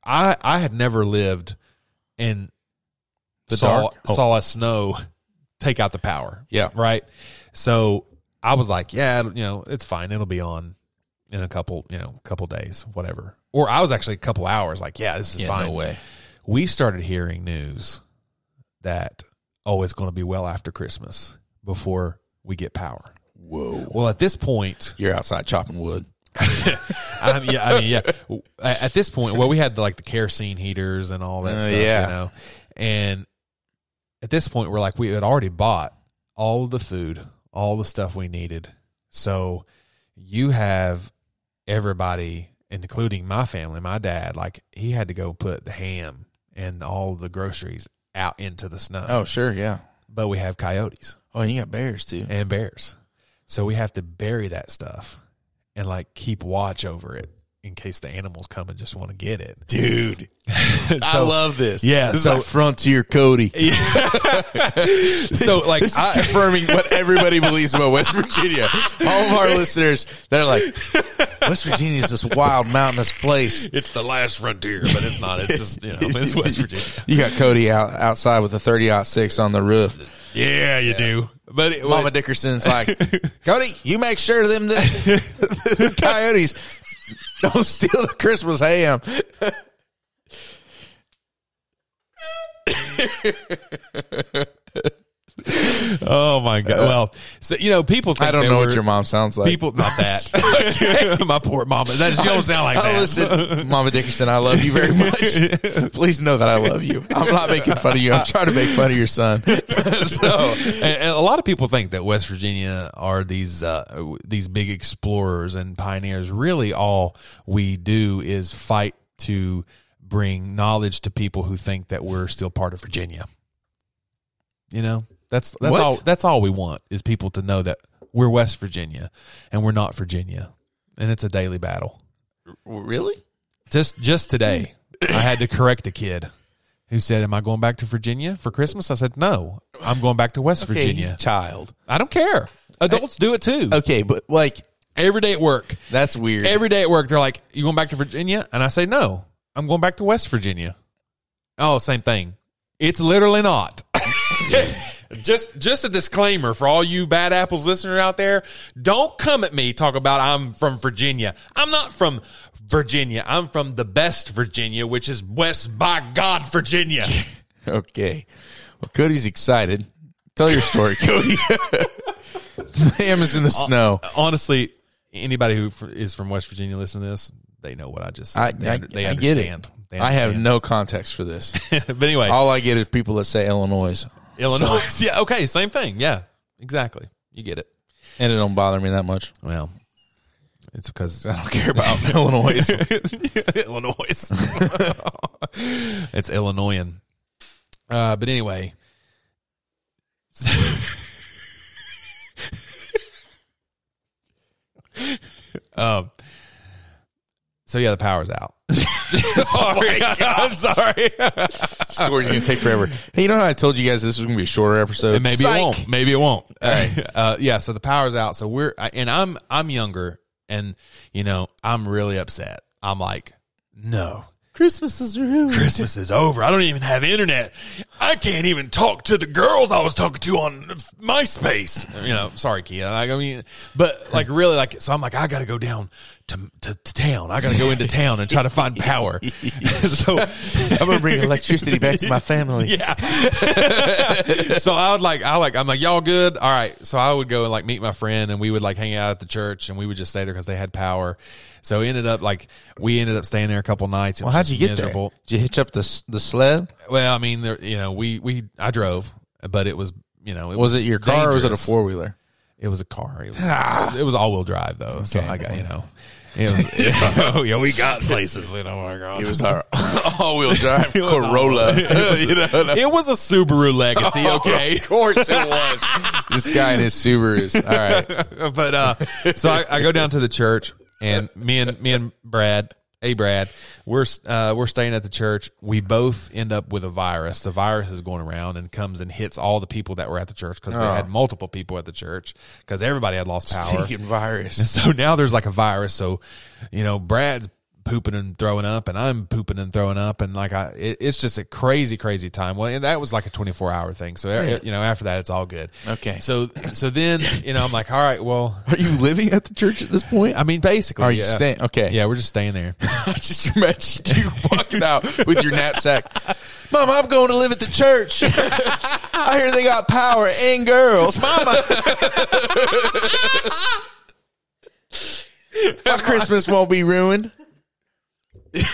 S2: i i had never lived and
S1: The
S2: saw
S1: dark? Oh.
S2: saw a snow take out the power
S1: Yeah.
S2: right? So I was like, yeah, you know, it's fine. It'll be on in a couple, you know, couple days, whatever. Or I was actually a couple hours, like, yeah, this is
S1: Yeah,
S2: fine.
S1: no way.
S2: We started hearing news that oh, it's going to be well after Christmas before we get power.
S1: Whoa.
S2: Well, at this point,
S1: You're outside chopping wood.
S2: I mean, yeah, I mean, yeah. W- At at this point, well, we had the, like the kerosene heaters and all that
S1: Uh,
S2: stuff,
S1: yeah.
S2: you know. And at this point, we're like, we had already bought all the food, all the stuff we needed. So you have everybody, including my family, my dad, like he had to go put the ham and all the groceries out into the snow.
S1: Oh, sure. Yeah.
S2: But we have coyotes
S1: Oh, and you got bears too.
S2: and bears. So we have to bury that stuff and like keep watch over it in case the animals come and just want to get it.
S1: Dude, I
S2: So-
S1: love this.
S2: Yeah,
S1: This
S2: so-
S1: is like Frontier Cody.
S2: So like
S1: This is
S2: I,
S1: confirming what everybody believes about West Virginia. All of our listeners, they're like, West Virginia is this wild mountainous place.
S2: it's the last frontier, but it's not. It's just you know, it's West Virginia.
S1: You got Cody out outside with a thirty six on the roof.
S2: Yeah, you do. But it,
S1: Mama Dickerson's like, Cody, you make sure them the, the coyotes don't steal the Christmas ham.
S2: oh my god. Well, so you know, people. Think
S1: I don't
S2: that
S1: know what
S2: we're-
S1: your mom sounds like.
S2: people. Not that. my poor mama. That she don't sound like
S1: Oh,
S2: that.
S1: listen, Mama Dickerson, I love you very much. Please know that I love you. I'm not making fun of you. I'm trying to make fun of your son. so,
S2: and, and a lot of people think that West Virginia are these uh, these big explorers and pioneers. Really, all we do is fight to bring knowledge to people who think that we're still part of Virginia. You know, that's that's
S1: What?
S2: all that's all we want is people to know that we're West Virginia and we're not Virginia, and it's a daily battle.
S1: really?
S2: Just just today, I had to correct a kid. Who said, Am I going back to Virginia for Christmas? I said, No, I'm going back to West
S1: Okay,
S2: Virginia.
S1: he's a child.
S2: I don't care. Adults do it too.
S1: Okay, but like
S2: Every day at work.
S1: that's weird.
S2: Every day at work, they're like, "You going back to Virginia?" And I say, "No, I'm going back to West Virginia." Oh, same thing. It's literally not. just just a disclaimer for all you bad apples listener out there. Don't come at me talk about I'm from Virginia. I'm not from Virginia. I'm from the best Virginia, which is West by God, Virginia.
S1: okay. Well, Cody's excited. Tell your story, Cody. the ham is in the snow.
S2: Honestly, anybody who fr- is from West Virginia listening to this, they know what I just said.
S1: I,
S2: they,
S1: I,
S2: under- they
S1: I get it.
S2: understand. They
S1: I have
S2: understand.
S1: no context for this.
S2: but anyway,
S1: All I get is people that say Illinois,
S2: Illinois. yeah, okay, same thing. Yeah, exactly. You get it.
S1: and it don't bother me that much.
S2: Well, it's because
S1: I don't care about Illinois.
S2: Illinois. it's Illinoisan. Uh, but anyway. um, so yeah, the power's out. sorry, I'm sorry.
S1: story's gonna take forever. Hey, you know how I told you guys this was gonna be a shorter episode?
S2: And maybe
S1: Psych.
S2: it won't. Maybe it won't. uh, yeah. So the power's out. So we're I- and I'm I'm younger, and you know I'm really upset. I'm like, no,
S1: Christmas is ruined.
S2: Christmas is over. I don't even have internet. I can't even talk to the girls I was talking to on MySpace. You know, sorry, Kia. Like, I mean, but like really, like so I'm like I got to go down to, to to town. I got to go into town and try to find power. so
S1: I'm gonna bring electricity back to my family.
S2: Yeah. so I would like, I like, I'm like, y'all good? All right. So I would go and like meet my friend and we would like hang out at the church and we would just stay there because they had power. So it ended up like, we ended up staying there a couple nights. It
S1: Well,
S2: was
S1: how'd
S2: just
S1: you get
S2: miserable.
S1: there? Did you hitch up the s- the sled?
S2: Well, I mean, there, you know, we, we, I drove, but it was, you know, it
S1: Was it your car or was it a Ah.
S2: dangerous.
S1: four wheeler?
S2: It was a car. It was, it was all wheel drive though. So I got, you know, it was, oh, yeah, we got places, you know, my God.
S1: It was our all wheel drive
S2: was all-
S1: Corolla. you know, and I-
S2: It was a Subaru Legacy, okay?
S1: of course it was. this guy and his Subarus. All right.
S2: but uh, so I, I go down to the church, and me and me and Brad, hey Brad, we're uh, we're staying at the church. We both end up with a virus. The virus is going around and comes and hits all the people that were at the church because they had multiple people at the church because everybody had lost power.
S1: Stinking virus.
S2: So now there's like a virus. So, you know, Brad's pooping and throwing up, and I'm pooping and throwing up, and like I, it, it's just a crazy, crazy time. Well, and that was like a 24 hour thing. So you know, after that, it's all good.
S1: Okay.
S2: So so then you know, I'm like, all right, well,
S1: Are you living at the church at this point?
S2: I mean, basically,
S1: Are you
S2: yeah.
S1: staying? Okay.
S2: Yeah, we're just staying there.
S1: I just imagine you walking out with your knapsack. Mom, I'm going to live at the church. I hear they got power and girls. Mama. My Christmas won't be ruined. then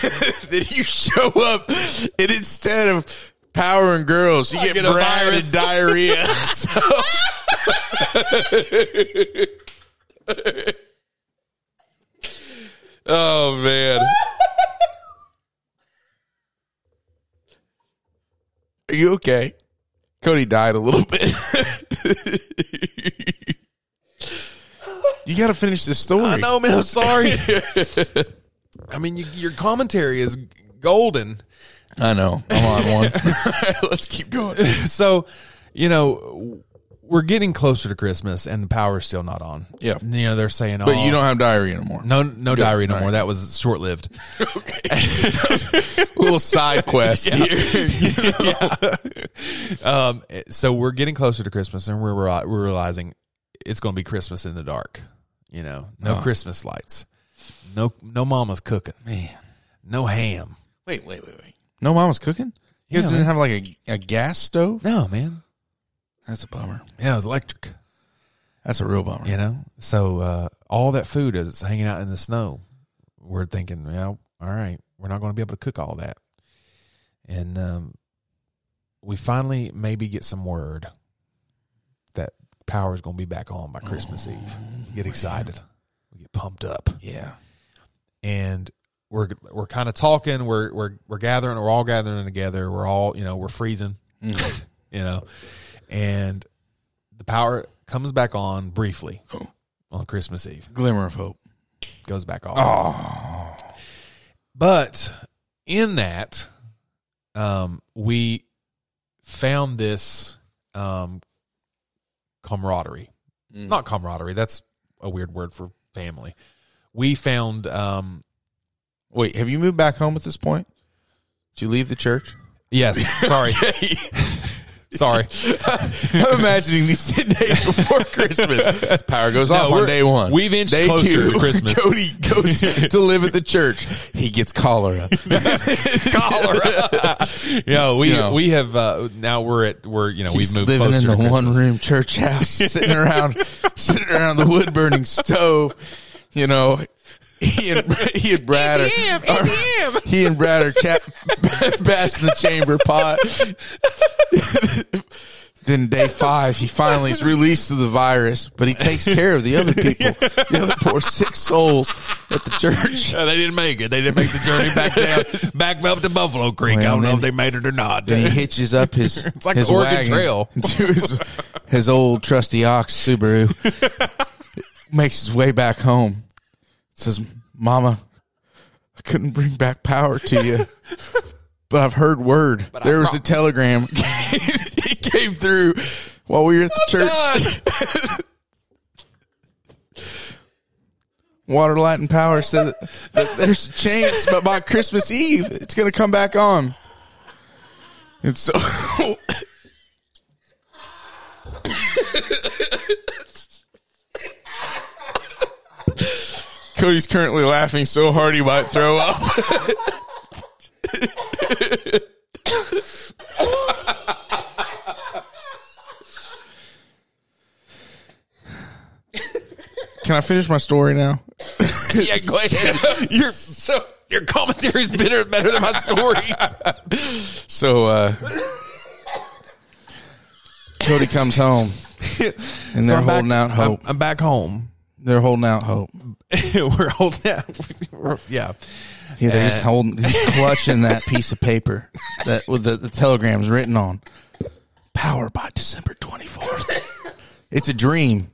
S1: you show up, and instead of power and girls, you get,
S2: get a
S1: Brian
S2: virus.
S1: and diarrhea. So- oh, man. Are you okay? Cody died a little bit. you got to finish this story.
S2: man. I'm sorry. I mean, you, your commentary is golden.
S1: I know. I'm on one. Let's keep going.
S2: So, you know, we're getting closer to Christmas, and the power's still not on.
S1: Yeah.
S2: you know they're saying,
S1: But
S2: oh,
S1: you don't have diarrhea anymore.
S2: no, no diary no
S1: All
S2: more.
S1: right.
S2: That was short lived.
S1: Little side quest here.
S2: um, so we're getting closer to Christmas, and we're reali- we're realizing it's going to be Christmas in the dark. You know, no
S1: Uh-huh.
S2: Christmas lights, no no mama's cooking,
S1: Man.
S2: no ham.
S1: Wait, wait, wait, wait. No mama's cooking? You guys
S2: Yeah,
S1: didn't have like a, a gas stove?
S2: No man,
S1: That's a bummer.
S2: yeah, it was electric.
S1: That's a real bummer.
S2: You know, so uh, all that food is it's hanging out in the snow. We're thinking, well, all right, we're not going to be able to cook all that, and um, we finally maybe get some word that power is going to be back on by Christmas Eve. We get excited, we get pumped up,
S1: Yeah.
S2: and we're we're kind of talking. We're we're we're gathering. We're all gathering together. We're all you know we're freezing,
S1: Mm.
S2: you know, and the power comes back on briefly on Christmas Eve
S1: Glimmer of hope.
S2: goes back off.
S1: Oh.
S2: But in that, um, we found this um, camaraderie.
S1: Mm.
S2: Not camaraderie. That's a weird word for family. We found. Um,
S1: Wait, have you moved back home at this point? Did you leave the church?
S2: yes. Sorry. sorry.
S1: I'm imagining these 10 days before Christmas. Power goes off on
S2: we're-
S1: day one.
S2: we've inched
S1: day
S2: closer to Christmas.
S1: Cody goes to live at the church. He gets cholera.
S2: Cholera. yeah, we
S1: You know.
S2: we have uh, now we're at we're you know
S1: He's
S2: we've moved
S1: living
S2: closer
S1: in
S2: to
S1: the
S2: Christmas.
S1: one room church house, sitting around, sitting around the wood burning stove. You know, he and he and Brad
S2: It's
S1: are,
S2: him, it's him.
S1: he and Brad are chap, passing the chamber pot. then day five, he finally is released of the virus, but he takes care of the other people, the other poor sick souls at the church.
S2: Uh, they didn't make it. They didn't make the journey back down, back up to Buffalo Creek. I
S1: Well,
S2: don't know
S1: then-
S2: if they made it or not.
S1: Then he hitches up his it's
S2: like
S1: his
S2: the Oregon
S1: wagon
S2: Trail.
S1: to his his old trusty ox Subaru. Makes his way back home. Says, "Mama, I couldn't bring back power to you, but I've heard word. there was a telegram. it came through while we were at the church. Water, light, and power said that, that there's a chance, but by Christmas Eve, it's going to come back on." And so Cody's currently laughing so hard he might throw up. Can I finish my story now?
S2: yeah, go ahead. Your, so, your commentary is better, better than my story.
S1: So uh Cody comes home and they're
S2: I'm back-
S1: holding out hope.
S2: I'm, I'm back home.
S1: they're holding out hope.
S2: we're holding out. we're- yeah.
S1: Yeah, they're just holding, he's clutching that piece of paper that with the, the telegram's written on. Power by December twenty fourth. It's a dream,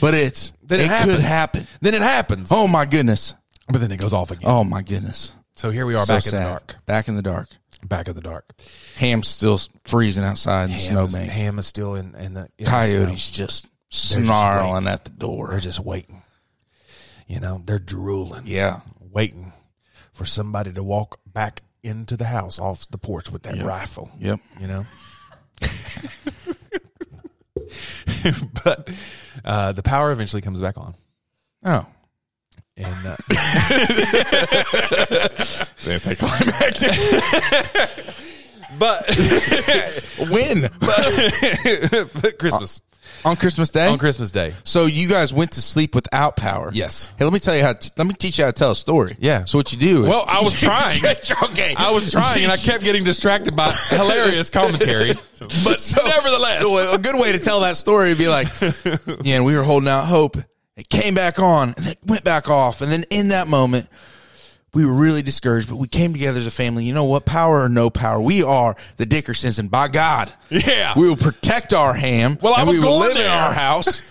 S1: but it's
S2: Then it
S1: it could
S2: happens.
S1: happen.
S2: Then it happens.
S1: Oh my goodness!
S2: But then it goes off again.
S1: Oh my goodness!
S2: So here we are
S1: So
S2: back
S1: sad.
S2: in the dark.
S1: Back in the dark.
S2: Back in the dark.
S1: Ham's still freezing outside in the
S2: Ham is,
S1: snowbank.
S2: ham is still in, in the in the
S1: Coyotes just snarling at the
S2: snow. They're
S1: door.
S2: just waiting. You know, they're drooling.
S1: Yeah,
S2: waiting for somebody to walk back into the house off the porch with that rifle.
S1: yep.
S2: You know? but uh, the power eventually comes back on.
S1: Oh,
S2: And uh,
S1: anticlimactic.
S2: but
S1: Win
S2: but Christmas
S1: on Christmas Day.
S2: on Christmas Day.
S1: So you guys went to sleep without power.
S2: Yes.
S1: Hey, let me tell you how. let me teach you how to tell a story.
S2: Yeah.
S1: So what you do? Is,
S2: Well, I was trying.
S1: okay.
S2: I was trying, and I kept getting distracted by hilarious commentary. But nevertheless,
S1: a good way to tell that story would be like, yeah, and we were holding out hope. It came back on, and then it went back off, and then in that moment, we were really discouraged. But we came together as a family. You know what? Power or no power, we are the Dickersons, and by God,
S2: Yeah.
S1: we will protect our ham.
S2: Well, I
S1: and
S2: was
S1: we will
S2: going
S1: live in
S2: there.
S1: our house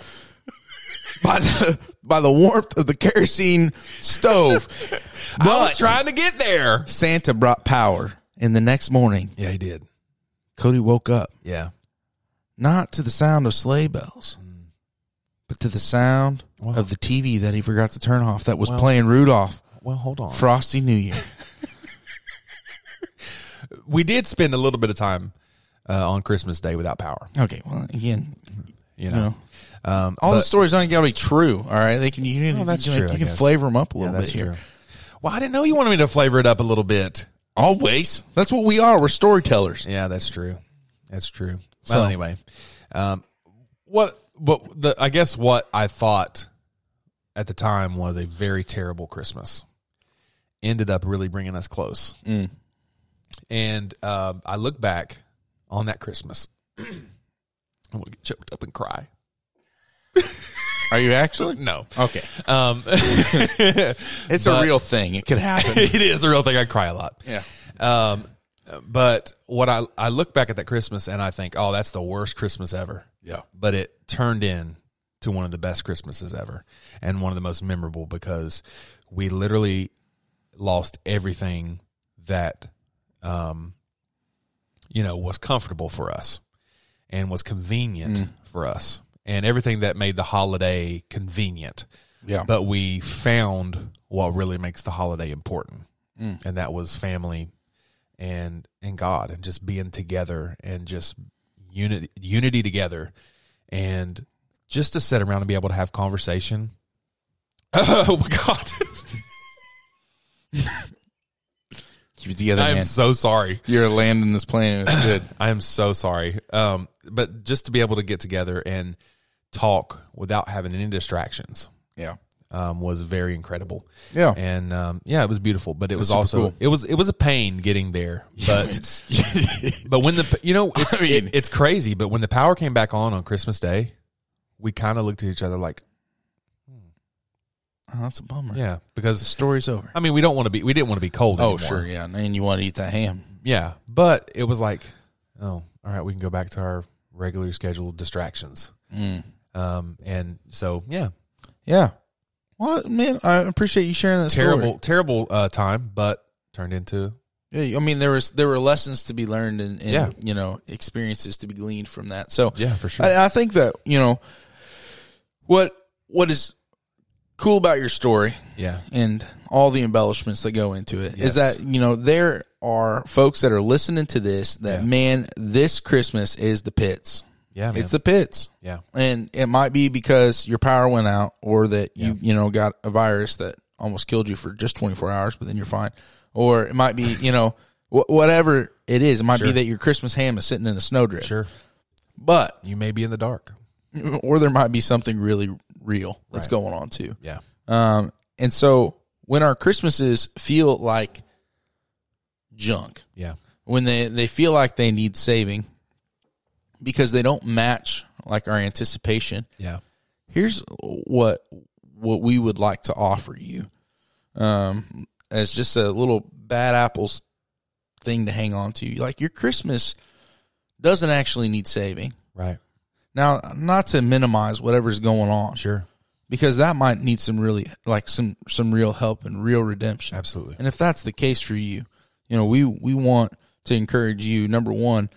S1: by the by the warmth of the kerosene stove.
S2: I was
S1: But
S2: trying to get there.
S1: Santa brought power. And the next morning,
S2: Yeah, he did.
S1: Cody woke up
S2: Yeah.
S1: not to the sound of sleigh bells, but to the sound
S2: Wow.
S1: of the TV that he forgot to turn off that was
S2: Wow.
S1: playing Rudolph
S2: Well, hold on.
S1: Frosty New Year.
S2: We did spend a little bit of time uh, on Christmas Day without power.
S1: okay, well, again,
S2: You know, um,
S1: all
S2: but-
S1: the stories aren't going to be true. All right, they can you can,
S2: Oh, that's
S1: you can,
S2: true, I
S1: you can
S2: guess.
S1: flavor them up a
S2: Yeah,
S1: little bit here.
S2: Well, I didn't know you wanted me to flavor it up a little bit.
S1: Always, that's what we are. We're storytellers.
S2: Yeah, that's true. That's true.
S1: So-
S2: well, anyway, um, what? But the I guess what I thought at the time was a very terrible Christmas. Ended up really bringing us close.
S1: Mm.
S2: And um I look back on that Christmas. I'm gonna get choked up and cry.
S1: Are you actually?
S2: No,
S1: Okay,
S2: um,
S1: it's a real thing. It could happen.
S2: it is a real thing. I cry a lot.
S1: yeah.
S2: Um, but what I I look back at that Christmas and I think, oh, that's the worst Christmas ever.
S1: Yeah.
S2: But it turned in to one of the best Christmases ever and one of the most memorable because we literally lost everything that um you know was comfortable for us and was convenient for us and everything that made the holiday convenient
S1: Yeah.
S2: but we found what really makes the holiday important
S1: Mm.
S2: and that was family and and god and just being together and just unity unity together and just to sit around and be able to have conversation oh my god
S1: Keep it together,
S2: i am
S1: man.
S2: so sorry
S1: You're landing this plane, and it's good.
S2: I am so sorry. Um, but just to be able to get together and talk without having any distractions
S1: yeah.
S2: um, was very incredible.
S1: Yeah.
S2: And um, yeah, it was beautiful, but it was
S1: super
S2: also
S1: cool.
S2: it was it was a pain getting there. But
S1: It's-
S2: but when the you know it's
S1: I mean-
S2: it- it's crazy. But when the power came back on on Christmas Day, we kind of looked at each other like
S1: oh, that's a bummer.
S2: yeah,
S1: The
S2: because
S1: story's over.
S2: I mean we don't want to be we didn't want to be cold.
S1: oh,
S2: anymore.
S1: sure. Yeah. And you want to eat that ham.
S2: yeah. But it was like oh all right we can go back to our regularly scheduled distractions.
S1: Mm.
S2: Um, and so yeah,
S1: Yeah. Well, man, I appreciate you sharing that
S2: terrible,
S1: story.
S2: terrible uh, time, but turned into
S1: Yeah, I mean, there was there were lessons to be learned and, and
S2: Yeah.
S1: you know experiences to be gleaned from that. So
S2: yeah for sure.
S1: I, I think that you know what what is cool about your story
S2: yeah,
S1: and all the embellishments that go into it is
S2: Yes.
S1: that you know there are folks that are listening to this that
S2: Yeah.
S1: man this Christmas is the pits.
S2: yeah, man.
S1: It's the pits.
S2: yeah,
S1: and it might be because your power went out or that you you know got a virus that almost killed you for just 24 hours but then you're fine or it might be you know wh- whatever it is it might be that your christmas ham is sitting in a snowdrift
S2: sure.
S1: but
S2: You may be in the dark.
S1: or there might be something really real that's going on too
S2: Yeah,
S1: um and so when our christmases feel like junk
S2: yeah,
S1: when they, they feel like they need saving because they don't match like our anticipation
S2: yeah,
S1: here's what what we would like to offer you um as just a little bad apples thing to hang on to like your christmas doesn't actually need saving
S2: right,
S1: now not to minimize whatever's going on
S2: sure,
S1: because that might need some really like some some real help and real redemption
S2: absolutely,
S1: and if that's the case for you you know we we want to encourage you number one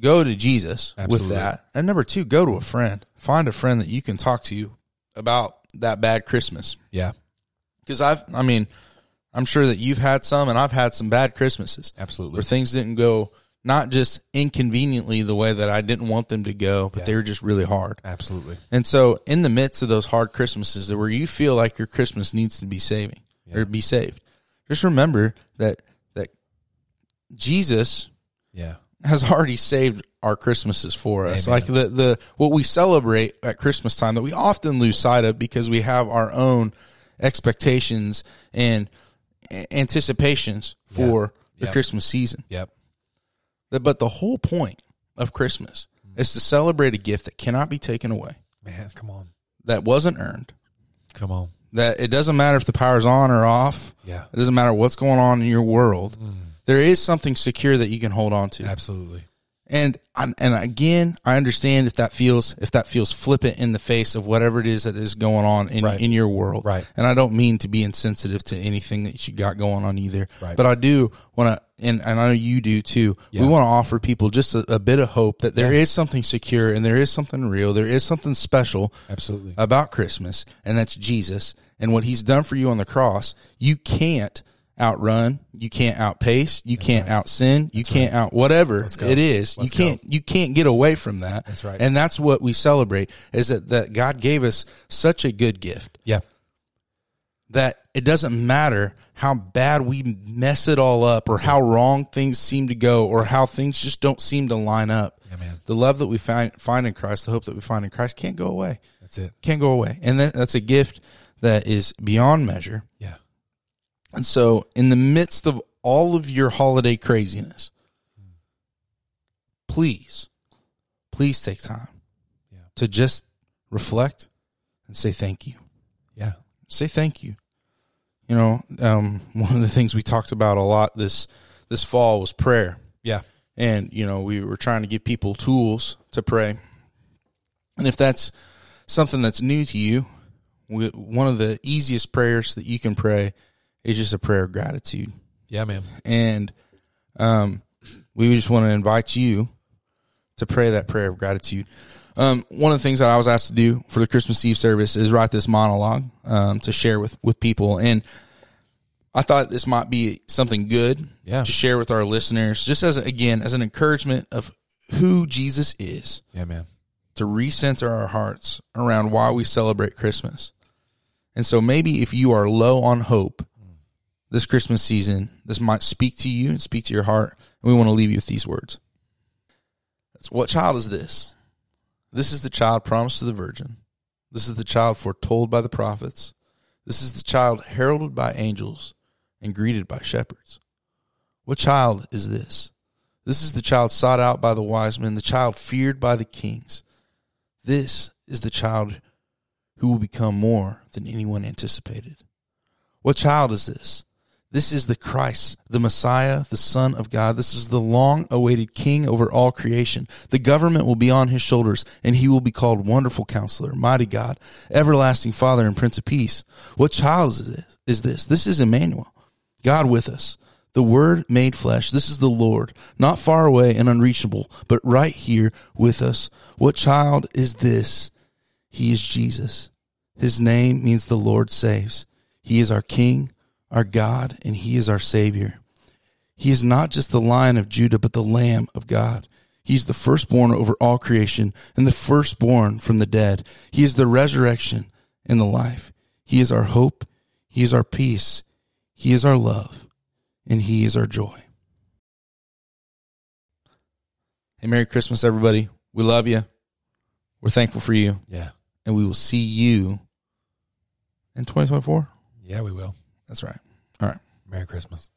S1: go to jesus
S2: Absolutely.
S1: with that and number two go to a friend find a friend that you can talk to about that bad christmas
S2: yeah,
S1: because i've i mean i'm sure that you've had some and i've had some bad christmases
S2: absolutely,
S1: where things didn't go not just inconveniently the way that i didn't want them to go but they were just really hard
S2: absolutely.
S1: and so, in the midst of those hard Christmases, where you feel like your Christmas needs to be saving or be saved, just remember that that Jesus
S2: Yeah,
S1: has already saved our Christmases for us. Like the the what we celebrate at Christmas time that we often lose sight of because we have our own expectations and a- anticipations for the
S2: Yep.
S1: Christmas season.
S2: yep,
S1: That- But the whole point of Christmas is to celebrate a gift that cannot be taken away,
S2: man, come on,
S1: that wasn't earned.
S2: come on,
S1: that it doesn't matter if the power's on or off.
S2: yeah,
S1: It
S2: Hmm.
S1: doesn't matter what's going on in your world. There is something secure that you can hold on to.
S2: absolutely,
S1: And I'm, and again, I understand if that feels if that feels flippant in the face of whatever it is that is going on in
S2: Right.
S1: in your world.
S2: Right.
S1: And I don't mean to be insensitive to anything that you got going on either.
S2: Right.
S1: But I do want to, and, and I know you do too.
S2: Yeah.
S1: We want to offer people just a, a bit of hope that there is something secure and there is something real. There is something special
S2: Absolutely.
S1: about Christmas, and that's Jesus and what he's done for you on the cross. You can't outrun, you can't outpace, you can't outsin, you can't out whatever it is. you
S2: Let's go.
S1: can't you can't get away from that.
S2: That's right.
S1: And that's what we celebrate is that, that God gave us such a good gift
S2: Yeah.
S1: that it doesn't matter how bad we mess it all up or how wrong things seem to go or how things just don't seem to line up.
S2: Yeah, man.
S1: The love that we find find in Christ, the hope that we find in Christ can't go away
S2: That's it.
S1: can't go away. And that, that's a gift that is beyond measure.
S2: Yeah.
S1: And so, in the midst of all of your holiday craziness, please, please take time
S2: Yeah.
S1: to just reflect and say thank you.
S2: Yeah.
S1: Say thank you. You know, um, one of the things we talked about a lot this this fall was prayer
S2: Yeah.
S1: and you know we were trying to give people tools to pray and if that's something that's new to you we, one of the easiest prayers that you can pray is just a prayer of gratitude
S2: Yeah, man.
S1: and um, we just want to invite you to pray that prayer of gratitude. Um, one of the things that I was asked to do for the Christmas Eve service is write this monologue um, to share with with people, and I thought this might be something good
S2: Yeah.
S1: to share with our listeners, just as again as an encouragement of who Jesus is
S2: Yeah, man.
S1: to recenter our hearts around why we celebrate Christmas. And so maybe if you are low on hope this Christmas season, this might speak to you and speak to your heart. And we want to leave you with these words. That's what child is this? This is the child promised to the virgin. This is the child foretold by the prophets. This is the child heralded by angels and greeted by shepherds. What child is this? This is the child sought out by the wise men, the child feared by the kings. This is the child who will become more than anyone anticipated. What child is this? This is the Christ, the Messiah, the Son of God. This is the long awaited King over all creation. The government will be on his shoulders, and he will be called Wonderful Counselor, Mighty God, Everlasting Father, and Prince of Peace. What child is this? Is this? This is Emmanuel, God with us. The Word made flesh. This is the Lord, not far away and unreachable, but right here with us. What child is this? He is Jesus. His name means the Lord saves. He is our King, our God, and He is our Savior. He is not just the Lion of Judah, but the Lamb of God. He's the firstborn over all creation and the firstborn from the dead. He is the resurrection and the life. He is our hope. He is our peace. He is our love. And He is our joy. Hey, Merry Christmas, everybody. We love you. We're thankful for you
S2: Yeah.
S1: and we will see you in 2024.
S2: Yeah, we will.
S1: That's right. All right.
S2: Merry Christmas.